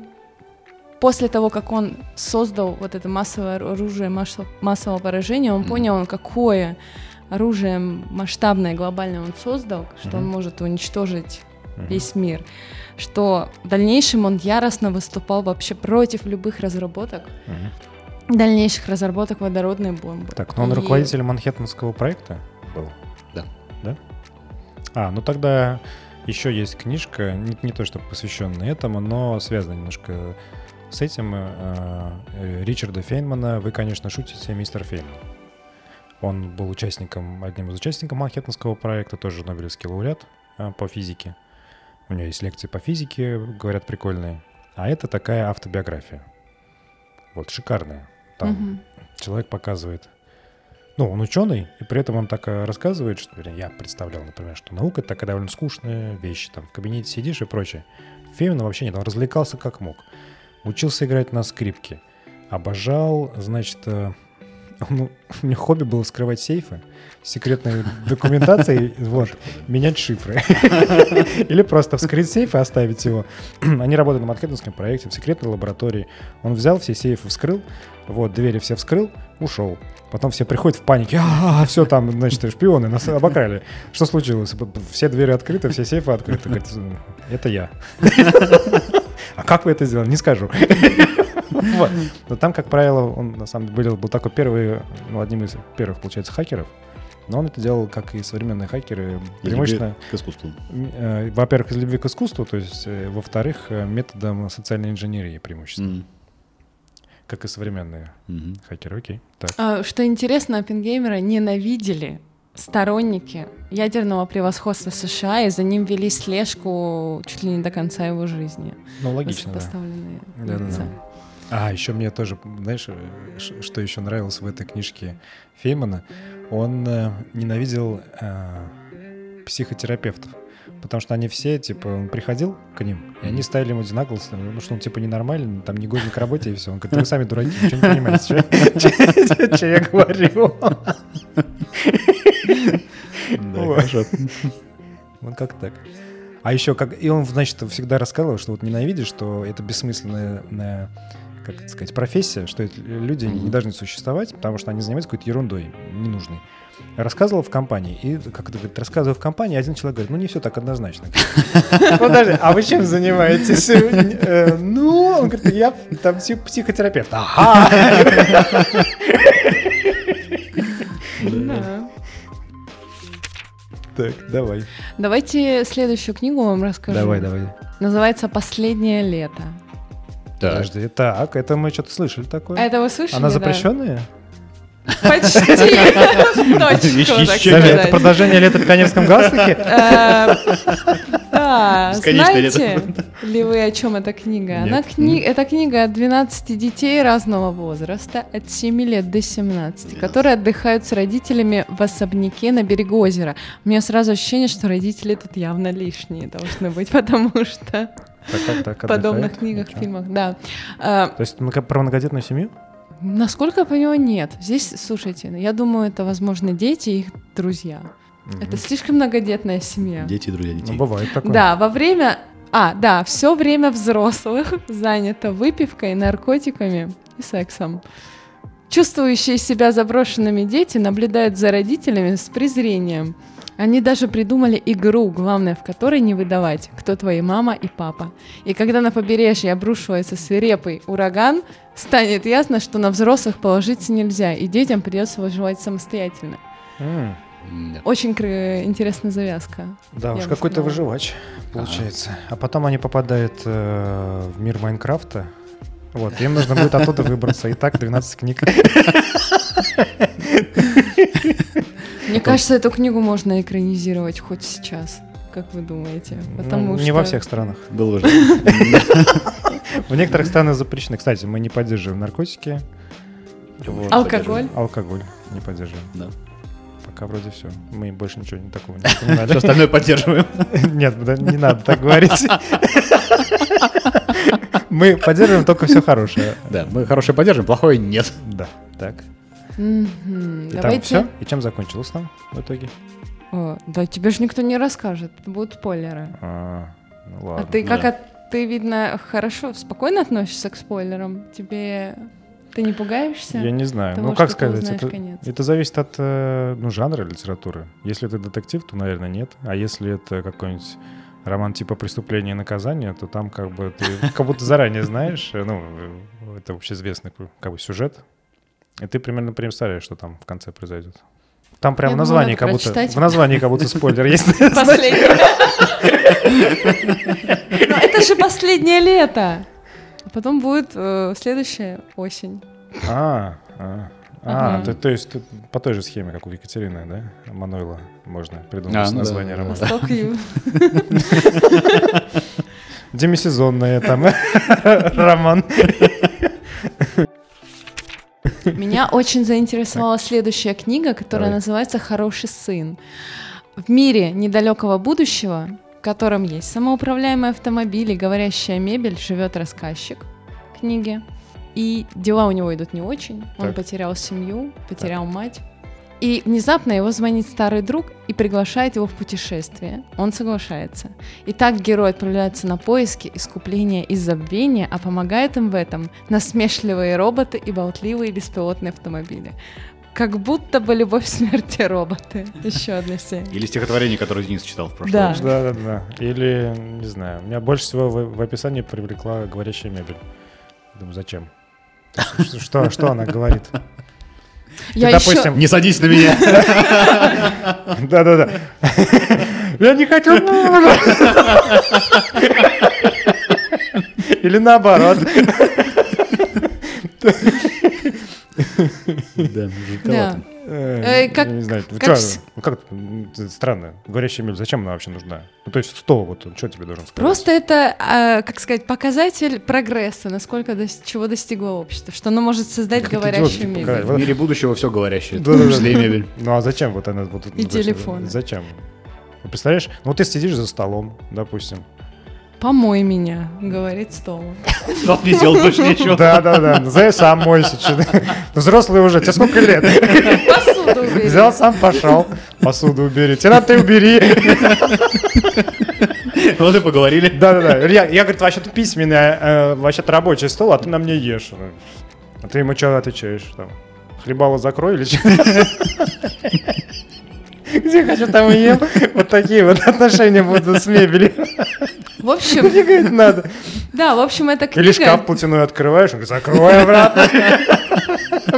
Speaker 1: после того, как он создал вот это массовое ор- оружие массо- массового поражения, он
Speaker 2: Мгм.
Speaker 1: понял, какое оружие масштабное, глобальное он создал, что он
Speaker 3: Мгм.
Speaker 1: может уничтожить
Speaker 3: Мгм.
Speaker 1: весь мир, что в дальнейшем он яростно выступал вообще против любых разработок,
Speaker 3: Мгм.
Speaker 1: дальнейших разработок водородной бомбы.
Speaker 3: Так, ну он
Speaker 1: И-
Speaker 3: руководитель Манхэттенского проекта был?
Speaker 2: Да.
Speaker 3: Да? А, ну тогда еще есть книжка, не, не то что посвященная этому, но связана немножко с этим. э, э, Ричарда Фейнмана «Вы, конечно, шутите, мистер Фейнман». Он был участником, одним из участников Манхэттенского проекта, тоже Нобелевский лауреат э, по физике. У него есть лекции по физике, говорят, прикольные. А это такая автобиография. Вот, шикарная. Там
Speaker 1: Мгм.
Speaker 3: человек показывает. Ну, он ученый, и при этом он так э, рассказывает, что вернее, я представлял, например, что наука это такая довольно скучная вещь, там в кабинете сидишь и прочее. Фемин вообще нет, он развлекался как мог. Учился играть на скрипке. Обожал, значит, э, ну, у него хобби было скрывать сейфы, секретные документации, вот, менять шифры. Или просто вскрыть сейф и оставить его. Они работали на маркетинговском проекте, в секретной лаборатории. Он взял все сейфы, вскрыл, вот, двери все вскрыл, ушел. Потом все приходят в панике. А, все там, значит, шпионы нас обокрали. Что случилось? Б- б- Все двери открыты, все сейфы открыты. Говорит, это я. А как вы это сделали? Не скажу. Вот. Но там, как правило, он на самом деле был такой первый, ну, одним из первых, получается, хакеров. Но он это делал, как и современные хакеры,
Speaker 2: Из
Speaker 3: преимущественно,
Speaker 2: любви К искусству.
Speaker 3: м, э, во-первых, из любви к искусству, то есть, э, во-вторых, э, методом социальной инженерии преимущественно,
Speaker 2: М,
Speaker 3: как и современные
Speaker 2: мгм.
Speaker 3: хакеры, окей. Так.
Speaker 1: А, Что интересно, Оппенгеймера ненавидели сторонники ядерного превосходства США, и за ним вели слежку чуть ли не до конца его жизни.
Speaker 3: Ну, логично, да.
Speaker 1: Высокопоставленные
Speaker 3: Да-да-да.
Speaker 1: лица.
Speaker 3: А, еще мне тоже, знаешь, э, ш- что еще нравилось в этой книжке Феймана, он э, ненавидел э, психотерапевтов. Потому что они все, типа, он приходил к ним, и они ставили ему одинаково, ну что он, типа, ненормальный, там, не годен к работе, и все. Он говорит, «Да вы сами дураки, ничего не понимаете, что я говорю.
Speaker 2: Да,
Speaker 3: Ой.
Speaker 2: хорошо.
Speaker 3: Вот как так. А еще как... И он, значит, всегда рассказывал, что вот ненавидит, что это бессмысленная, э, как это сказать, профессия, что эти люди не
Speaker 2: Мгм.
Speaker 3: должны существовать, потому что они занимаются какой-то ерундой ненужной. Рассказывал в компании, и, как это говорит, рассказывал в компании, один человек говорит, ну не все так однозначно. Подожди, а вы чем занимаетесь? Э, Ну, он говорит, я там пси- психотерапевт. Ага!
Speaker 1: Да.
Speaker 3: Так, давай.
Speaker 1: Давайте следующую книгу вам расскажу.
Speaker 3: Давай, давай.
Speaker 1: Называется «Последнее лето».
Speaker 2: Так,
Speaker 3: Подожди, так, это мы что-то слышали такое.
Speaker 1: А Это вы слышали?
Speaker 3: Она
Speaker 1: да?
Speaker 3: запрещенная?
Speaker 1: Почти. В точку, так
Speaker 2: Еще
Speaker 3: Подожди, это
Speaker 1: сказать.
Speaker 3: продолжение лета в Каневском галстуке?
Speaker 1: Э, Да,
Speaker 2: Бесконечное лето.
Speaker 1: знаете ли вы, о чем эта книга? Она
Speaker 2: Нет.
Speaker 1: кни... Это книга от 12 детей разного возраста, от 7 лет до 17, которые отдыхают с родителями в особняке на берегу озера. У меня сразу ощущение, что родители тут явно лишние должны быть, потому что
Speaker 3: Так, так, так.
Speaker 1: в подобных
Speaker 3: отдыхает.
Speaker 1: книгах,
Speaker 3: Ничего.
Speaker 1: фильмах, да. Э,
Speaker 3: То есть много- про многодетную семью?
Speaker 1: Насколько я понимаю, нет. Здесь, слушайте, я думаю, это, возможно, дети и их друзья. Это слишком многодетная семья.
Speaker 2: дети и друзья
Speaker 3: Ну,
Speaker 2: детей.
Speaker 3: бывает такое.
Speaker 1: Да, во время... А, да, все время взрослых занято выпивкой, наркотиками и сексом. Чувствующие себя заброшенными дети наблюдают за родителями с презрением. Они даже придумали игру, главное в которой не выдавать, кто твои мама и папа. И когда на побережье обрушивается свирепый ураган, станет ясно, что на взрослых положиться нельзя, и детям придется выживать самостоятельно.
Speaker 3: М,
Speaker 2: М, да.
Speaker 1: Очень кры- интересная завязка.
Speaker 3: Да,
Speaker 1: Я
Speaker 3: уж
Speaker 1: бы
Speaker 3: какой-то
Speaker 1: сказала.
Speaker 3: выживач получается. А потом они попадают э, в мир Майнкрафта. Вот, им нужно будет оттуда выбраться. И так 12 книг.
Speaker 1: Мне кажется, эту книгу можно экранизировать хоть сейчас, как вы думаете. Потому
Speaker 3: Ну,
Speaker 1: что...
Speaker 3: Не во всех странах.
Speaker 2: Было бы жаль.
Speaker 3: В некоторых странах запрещены. Кстати, мы не поддерживаем наркотики. Вот.
Speaker 1: Алкоголь.
Speaker 3: Алкоголь не поддерживаем.
Speaker 2: Да.
Speaker 3: Пока вроде все. Мы больше ничего не такого не
Speaker 4: А
Speaker 3: упоминали.
Speaker 2: Все остальное поддерживаем.
Speaker 3: Нет, да, не надо так говорить. Мы поддерживаем только все хорошее.
Speaker 2: Да, мы хорошее поддерживаем, плохое нет.
Speaker 3: Да, так.
Speaker 1: Мгм.
Speaker 3: И там
Speaker 1: Давайте.
Speaker 3: все. И чем закончилось там в итоге?
Speaker 1: О, да, тебе же никто не расскажет, это будут спойлеры.
Speaker 3: А, ну
Speaker 1: А
Speaker 3: ладно.
Speaker 1: ты как
Speaker 2: да.
Speaker 1: от- ты видно хорошо, спокойно относишься к спойлерам. Тебе ты не пугаешься?
Speaker 3: Я не знаю.
Speaker 1: Потому
Speaker 3: Ну, как
Speaker 1: что ты
Speaker 3: сказать,
Speaker 1: узнаешь
Speaker 3: это,
Speaker 1: конец.
Speaker 3: это зависит от э, ну, жанра литературы. Если это детектив, то, наверное, нет. А если это какой-нибудь роман типа «Преступление и наказание», то там как бы ты как будто заранее знаешь, э, ну, э, это общеизвестный ку- как бы сюжет, и ты примерно представляешь, что там в конце произойдет. Там прям
Speaker 1: Я
Speaker 3: в
Speaker 1: думаю,
Speaker 3: названии
Speaker 1: надо
Speaker 3: как будто...
Speaker 1: прочитать.
Speaker 3: В названии как будто спойлер есть.
Speaker 1: Последнее. Но Это же последнее лето. А Потом будет э, следующая осень.
Speaker 3: А, а. А,
Speaker 1: Ага.
Speaker 3: то, то есть тут по той же схеме, как у Екатерины, да? Манойла можно придумать
Speaker 2: А, ну да,
Speaker 3: название
Speaker 2: да,
Speaker 3: романа.
Speaker 1: Восток и-
Speaker 3: Демисезонная там роман.
Speaker 1: Меня очень заинтересовала следующая книга, которая
Speaker 3: Давай.
Speaker 1: называется «Хороший сын». В мире недалекого будущего, в котором есть самоуправляемые автомобили, говорящая мебель, живет рассказчик книги. И дела у него идут не очень. Он
Speaker 3: Так.
Speaker 1: потерял семью, потерял мать. И внезапно его звонит старый друг и приглашает его в путешествие. Он соглашается. И так герой отправляется на поиски искупления и забвения, а помогает им в этом насмешливые роботы и болтливые беспилотные автомобили. Как будто бы любовь смерти роботы. Еще одна серия.
Speaker 2: Или стихотворение, которое Денис читал в прошлом.
Speaker 1: Да.
Speaker 2: выпуске.
Speaker 3: Да, да, да. Или, не знаю, меня больше всего в, в описании привлекла говорящая мебель. Думаю, зачем? Что, что- что она говорит?
Speaker 1: Я
Speaker 3: Ты,
Speaker 1: еще-
Speaker 3: допустим,
Speaker 2: Не садись на меня.
Speaker 3: да, да, да. Я не ну, хочу. Или наоборот.
Speaker 2: Да,
Speaker 1: Да.
Speaker 2: жутковато.
Speaker 1: Э,
Speaker 3: Э,
Speaker 1: как-
Speaker 3: я не знаю, ну,
Speaker 1: как
Speaker 3: чё,
Speaker 1: вс-
Speaker 3: ну, как это странно. Говорящая мебель, зачем она вообще нужна? Ну, то есть стол, вот он что тебе должен сказать?
Speaker 1: Просто это, а, как сказать, показатель прогресса, насколько дос- чего достигло общество, что оно может создать
Speaker 3: Как
Speaker 1: говорящую
Speaker 3: идиотки
Speaker 1: мебель.
Speaker 3: показать.
Speaker 2: В мире будущего все говорящее, в
Speaker 3: Да-да-да.
Speaker 2: том числе и мебель.
Speaker 3: Ну а зачем вот она вот это-
Speaker 1: И
Speaker 3: ну, то есть,
Speaker 1: телефоны.
Speaker 3: Зачем? Ну, представляешь, ну вот ты сидишь за столом, допустим.
Speaker 1: Помой меня, говорит стол.
Speaker 4: Чтоб не делал больше ничего.
Speaker 3: Да-да-да, за сам мойся. чё ты. Ну, Взрослый уже, тебе сколько лет?
Speaker 1: Посуду убери.
Speaker 3: Взял сам, пошел. Посуду убери. Тебе надо, ты убери.
Speaker 4: Вот и поговорили.
Speaker 3: Да-да-да. Я, я, говорит, вообще-то письменный, а, э, вообще-то рабочий стол, а ты на мне ешь. А ты ему что отвечаешь? Там, хлебало закрой или что? Где хочу, там и ем. Вот такие вот отношения будут с мебелью.
Speaker 1: В общем,
Speaker 3: Мне, говорит, надо.
Speaker 1: да, в общем, это книга.
Speaker 3: Или шкаф платяной открываешь, он говорит, закрой обратно.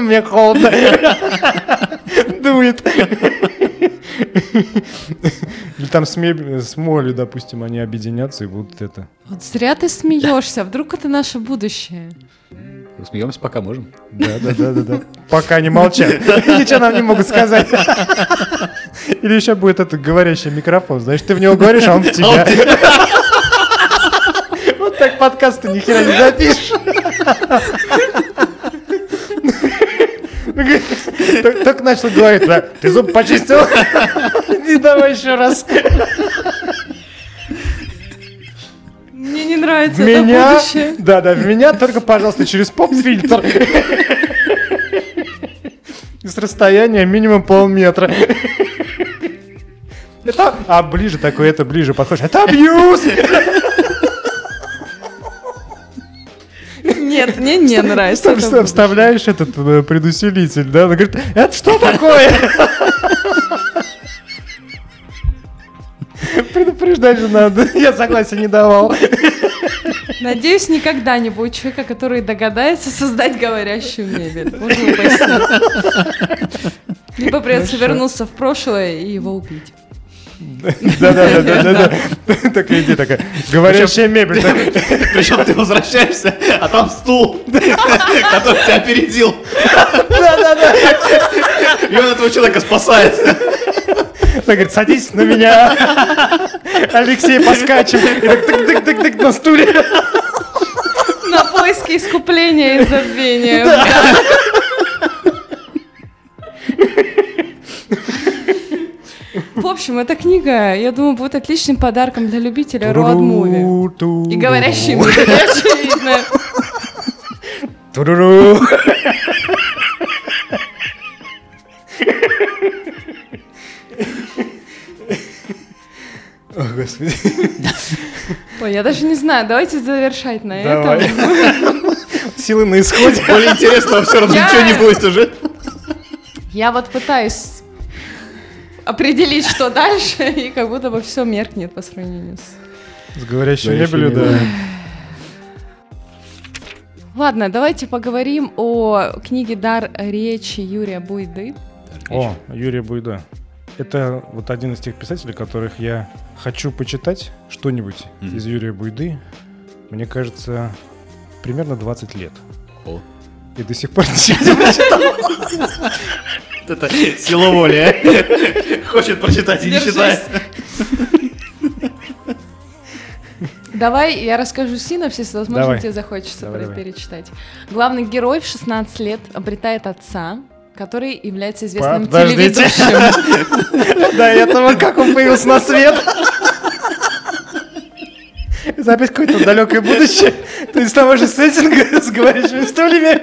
Speaker 3: Мне холодно. Дует. Или там с, мебель- с молью, допустим, они объединятся и будут это...
Speaker 1: Вот зря ты смеешься, вдруг это наше будущее.
Speaker 2: Смеемся, пока можем.
Speaker 3: Да, да, да, да, да. Пока они молчат. Ничего нам не могут сказать. Или еще будет этот говорящий микрофон. Знаешь, ты в него говоришь, а он в тебя. Вот так подкасты ни хера не запишешь. Только- Только начал говорить, да, ты зуб почистил? Иди давай еще раз.
Speaker 1: Мне не нравится
Speaker 3: В меня,
Speaker 1: это будущее.
Speaker 3: да, да, в меня только, пожалуйста, через поп-фильтр. И с расстояния минимум полметра. Это, а ближе такой, это ближе подходишь. Это абьюз!
Speaker 1: Нет, мне не нравится.
Speaker 3: Вста-
Speaker 1: А, это
Speaker 3: вста-
Speaker 1: будущее.
Speaker 3: Вставляешь этот э, предусилитель, да? Она говорит, это что такое? Предупреждать же надо. Я согласия не давал.
Speaker 1: Надеюсь, никогда не будет человека, который догадается создать говорящую мебель. Вот упаси. Либо придется вернуться в прошлое и его убить.
Speaker 3: Да-да-да-да-да. Такая идея такая. Говорящая мебель. такая.
Speaker 4: Причем ты возвращаешься, а там стул, который тебя опередил. И он этого человека спасает.
Speaker 3: Она говорит, садись на меня. Алексей, поскачем. И так тык-тык-тык-тык на стуле.
Speaker 1: На поиски искупления и забвения. В общем, эта книга, я думаю, будет отличным подарком для любителя роад муви
Speaker 3: Ту-ру-ру-ту.
Speaker 1: И говорящий мебель, очевидно.
Speaker 3: Туруру. О, господи.
Speaker 1: Ой, я даже не знаю, давайте завершать на
Speaker 3: Давай.
Speaker 1: этом.
Speaker 3: Силы на исходе.
Speaker 4: Более интересного все равно
Speaker 1: Я-
Speaker 4: ничего не будет уже.
Speaker 1: Я вот пытаюсь определить, что дальше, и как будто бы все меркнет по сравнению с...
Speaker 3: С говорящей
Speaker 2: Говорящей
Speaker 3: мебелью, да.
Speaker 2: мебелью.
Speaker 1: Ладно, давайте поговорим о книге «Дар речи» Юрия Буйды.
Speaker 3: О, Юрий Буйда. Это вот один из тех писателей, которых я хочу почитать что-нибудь
Speaker 2: Мгм.
Speaker 3: из Юрия Буйды. Мне кажется, примерно 20 лет.
Speaker 2: О.
Speaker 3: И до сих пор ничего не
Speaker 4: Это сила воли, а. Хочет прочитать и не
Speaker 1: Держись.
Speaker 4: читает.
Speaker 1: Давай я расскажу синопсис, возможно,
Speaker 3: Давай.
Speaker 1: тебе захочется
Speaker 3: Давай,
Speaker 1: пре-
Speaker 3: давай.
Speaker 1: перечитать. Главный герой в 16 лет обретает отца, который является известным
Speaker 3: Подождите.
Speaker 1: телеведущим.
Speaker 3: До этого как он появился на свет? Это опять какое-то далекое будущее. Ты из того же сеттинга с говорящими стульями.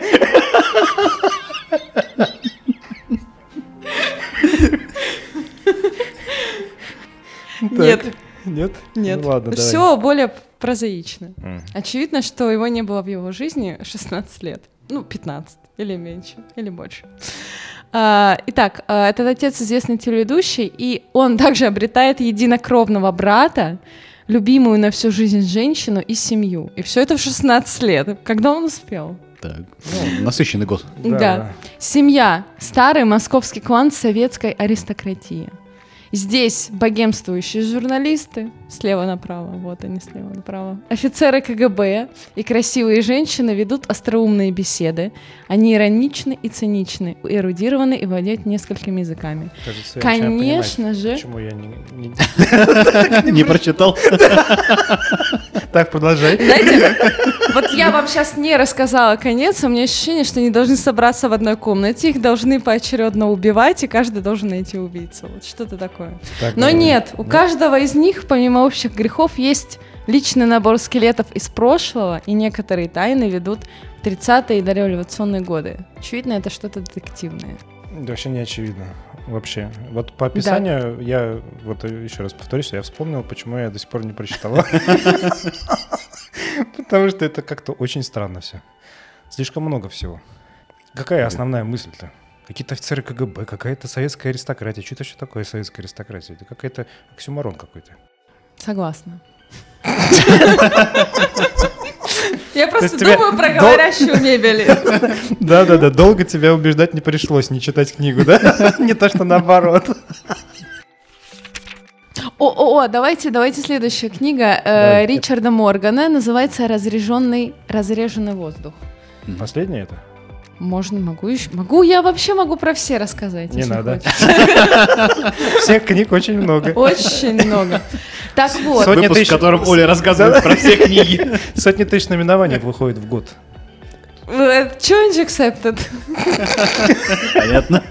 Speaker 1: Нет,
Speaker 3: Нет?
Speaker 1: нет.
Speaker 3: Ну ладно, давай.
Speaker 1: Все более прозаично.
Speaker 3: М.
Speaker 1: Очевидно, что его не было в его жизни 16 лет. Ну, 15 или меньше, или больше. А, Итак, а, этот отец известный телеведущий, и он также обретает единокровного брата, любимую на всю жизнь женщину и семью. И все это в 16 лет. Когда он успел?
Speaker 2: Так. Ну, насыщенный год.
Speaker 1: Да. Семья. Старый московский клан советской аристократии. Здесь богемствующие журналисты, слева направо, вот они слева направо. Офицеры КГБ и красивые женщины ведут остроумные беседы. Они ироничны и циничны, эрудированы и владеют несколькими языками.
Speaker 3: Кажется, я начинаю
Speaker 1: Конечно
Speaker 3: понимать,
Speaker 1: же,
Speaker 3: Почему я не... не-
Speaker 4: Не прочитал.
Speaker 3: Так, продолжай.
Speaker 1: Знаете, вот я вам сейчас не рассказала конец, а у меня ощущение, что они должны собраться в одной комнате, их должны поочередно убивать, и каждый должен найти убийцу. Вот что-то такое.
Speaker 3: Так,
Speaker 1: Но
Speaker 3: э,
Speaker 1: нет, у
Speaker 3: ну,
Speaker 1: каждого из них, помимо общих грехов, есть личный набор скелетов из прошлого, и некоторые тайны ведут в 30-е и дореволюционные годы. Очевидно, это что-то детективное.
Speaker 3: Вообще не очевидно. Вообще. Вот по описанию я вот еще раз повторюсь, что я вспомнил, почему я до сих пор не прочитал. Потому что это как-то очень странно все. Слишком много всего. Какая основная мысль-то? Какие-то офицеры КГБ, какая-то советская аристократия. Что это вообще такое советская аристократия? Это какая-то оксюмарон какой-то.
Speaker 1: Согласна. Я просто
Speaker 3: тебя
Speaker 1: думаю про
Speaker 3: дол-
Speaker 1: говорящую мебель.
Speaker 3: Да-да-да, долго тебя убеждать не пришлось, не читать книгу, да? Не то, что наоборот.
Speaker 1: О-о-о, давайте, давайте следующая книга э,
Speaker 3: Давай.
Speaker 1: Ричарда Моргана называется «Разреженный, разреженный воздух».
Speaker 3: Последнее это?
Speaker 1: Можно, могу еще, могу, я вообще могу про все рассказать.
Speaker 3: Не
Speaker 1: если
Speaker 3: надо.
Speaker 1: хочешь.
Speaker 3: Всех книг очень много.
Speaker 1: Очень много. Так вот,
Speaker 3: Сотня
Speaker 4: Выпуск,
Speaker 3: тысяч-
Speaker 4: в котором Оля рассказывает про все книги.
Speaker 3: Сотни тысяч наименований выходит в год.
Speaker 1: э, challenge accepted.
Speaker 4: Понятно.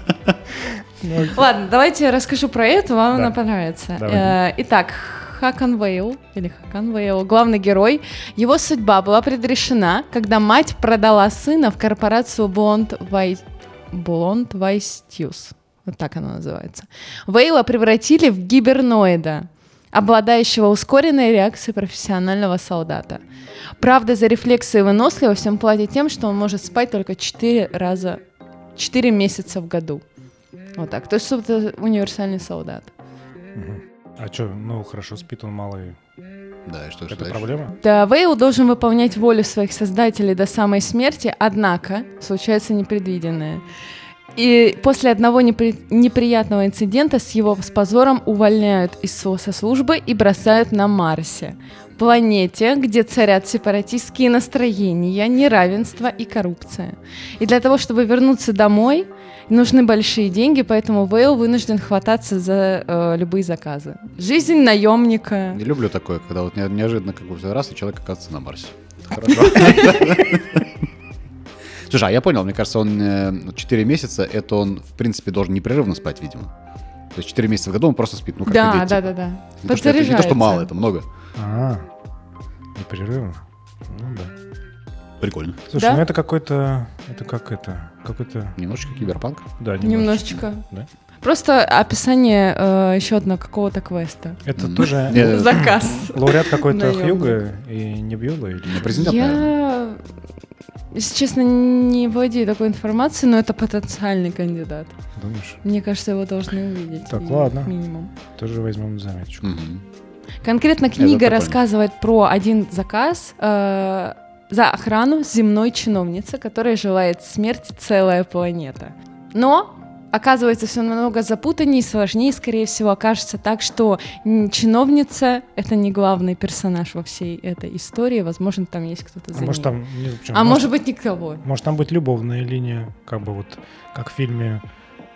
Speaker 1: Ладно, давайте я расскажу про эту, вам
Speaker 3: Да.
Speaker 1: она понравится.
Speaker 3: Давай.
Speaker 1: Э, Итак, Хакан Вейл, или Хакан Вейл, главный герой, его судьба была предрешена, когда мать продала сына в корпорацию Blond White, Blond White Stews. Вот так она называется. Вейла превратили в гиберноида, обладающего ускоренной реакцией профессионального солдата. Правда, за рефлексы и выносливость он платит тем, что он может спать только 4 раза, 4 месяца в году. Вот так. То есть, собственно, универсальный солдат.
Speaker 3: А что, ну хорошо, спит он мало, и
Speaker 2: Да, и что же
Speaker 3: это
Speaker 2: дальше?
Speaker 3: проблема?
Speaker 1: Да, Вейл должен выполнять волю своих создателей до самой смерти, однако случается непредвиденное. И после одного непри- неприятного инцидента с его с позором увольняют из со со службы и бросают на Марсе. Планете, где царят сепаратистские настроения, неравенство и коррупция. И для того, чтобы вернуться домой, нужны большие деньги, поэтому Вейл вынужден хвататься за э, любые заказы. Жизнь наемника.
Speaker 2: Не люблю такое, когда вот не- неожиданно как бы раз, и человек оказывается на Марсе. Это Хорошо. Слушай, а я понял, мне кажется, он э, 4 месяца, это он, в принципе, должен непрерывно спать, видимо. То есть 4 месяца в году он просто спит, ну как и
Speaker 1: Да,
Speaker 2: дети.
Speaker 1: да, да, да.
Speaker 2: Не то, что это- не то, что
Speaker 1: Подзаряжается.
Speaker 2: мало, это много.
Speaker 3: А, непрерывно. Ну да.
Speaker 2: Прикольно.
Speaker 3: Слушай,
Speaker 1: Да?
Speaker 3: ну это какой-то, это как это, какой-то,
Speaker 2: Немножечко киберпанк.
Speaker 3: да,
Speaker 1: Немножечко.
Speaker 3: Да?
Speaker 1: Просто описание э, еще одного какого-то квеста.
Speaker 3: Это
Speaker 2: М.
Speaker 3: тоже
Speaker 2: Нет. Э,
Speaker 1: Заказ.
Speaker 3: лауреат какой-то
Speaker 1: Наёмник.
Speaker 3: Хьюга и Небьюла или?
Speaker 2: Не президент, наверное.
Speaker 1: Я, если честно, не владею такой информацией, но это потенциальный кандидат.
Speaker 3: Думаешь?
Speaker 1: Мне кажется, его должны увидеть.
Speaker 3: Так,
Speaker 1: и-
Speaker 3: ладно.
Speaker 1: Минимум.
Speaker 3: Тоже возьмем на заметочку.
Speaker 2: Мгм.
Speaker 1: Конкретно
Speaker 2: это
Speaker 1: книга
Speaker 2: понял.
Speaker 1: рассказывает про один заказ э, за охрану земной чиновницы, которая желает смерти целая планета. Но оказывается все намного запутаннее и сложнее, скорее всего, окажется так, что м, чиновница — это не главный персонаж во всей этой истории, возможно, там есть кто-то за
Speaker 3: А может
Speaker 1: ней.
Speaker 3: там, не, почему,
Speaker 1: А может быть, никого.
Speaker 3: может там будет любовная линия, как бы вот, как в фильме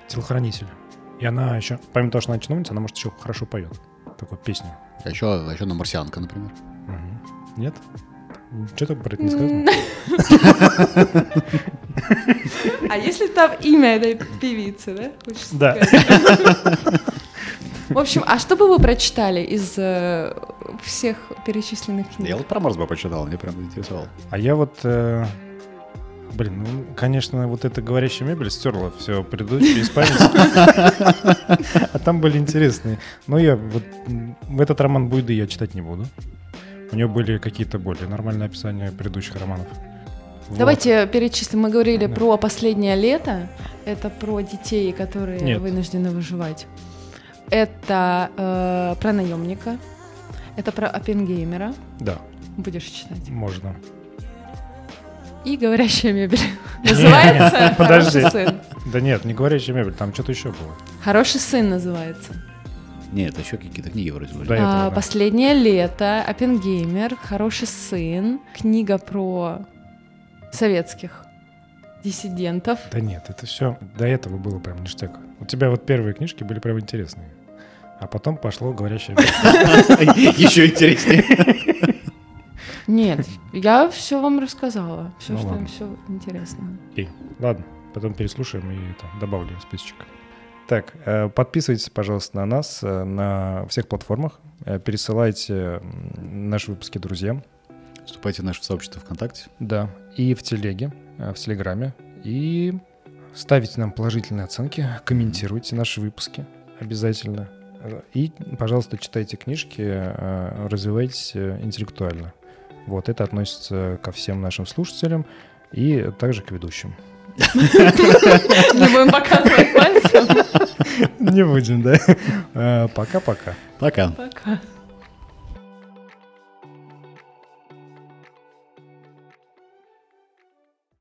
Speaker 3: «Телохранитель». И она еще, помимо того, что она чиновница, она может еще хорошо поет такую песню.
Speaker 2: А еще, а еще на марсианка, например.
Speaker 3: Мгм. Нет? Что так про это не сказано?
Speaker 1: А если там имя этой певицы, да? Хочется
Speaker 3: Да.
Speaker 1: сказать. В общем, а что бы вы прочитали из э, всех перечисленных книг?
Speaker 2: Я вот про Марс бы почитал, мне прям интересовал.
Speaker 3: А я вот, э, блин, ну, конечно, вот эта говорящая мебель стерла все предыдущее из памяти. А там были интересные. Но я вот м, в этот роман Буйды я читать не буду. У нее были какие-то более нормальные описания предыдущих романов. Вот.
Speaker 1: Давайте перечислим. Мы говорили
Speaker 3: Да.
Speaker 1: про последнее лето. Это про детей, которые
Speaker 3: Нет.
Speaker 1: вынуждены выживать. Это э, про наемника. Это про Оппенгеймера.
Speaker 3: Да,
Speaker 1: Будешь читать.
Speaker 3: можно.
Speaker 1: И говорящая мебель. Называется
Speaker 3: подожди.
Speaker 1: «Хороший сын».
Speaker 3: Да нет, не говорящая мебель, там что-то еще было.
Speaker 1: Хороший сын называется.
Speaker 2: Нет, это еще какие-то книги вроде были.
Speaker 3: Да, я-
Speaker 1: А,
Speaker 3: этого,
Speaker 1: Последнее лето, Оппенгеймер, Хороший сын, книга про советских диссидентов.
Speaker 3: Да нет, это все до этого было прям ништяк. У тебя вот первые книжки были прям интересные. А потом пошло говорящая мебель.
Speaker 2: Еще интереснее.
Speaker 1: Нет, я все вам рассказала. Все,
Speaker 3: Ну
Speaker 1: что
Speaker 3: ладно.
Speaker 1: все интересно.
Speaker 3: Ладно, потом переслушаем и это, добавлю в списочек. Так, э, подписывайтесь, пожалуйста, на нас э, на всех платформах. Э, Пересылайте м, наши выпуски друзьям.
Speaker 2: Вступайте в наше сообщество ВКонтакте.
Speaker 3: Да. И в телеге, э, в телеграме. И ставите нам положительные оценки, комментируйте наши выпуски обязательно. Э, И, пожалуйста, читайте книжки, э, развивайтесь э, интеллектуально. Вот это относится ко всем нашим слушателям и также к ведущим.
Speaker 1: Не будем показывать пальцем.
Speaker 3: Не будем, да? Э, Пока-пока.
Speaker 2: Пока.
Speaker 1: Пока.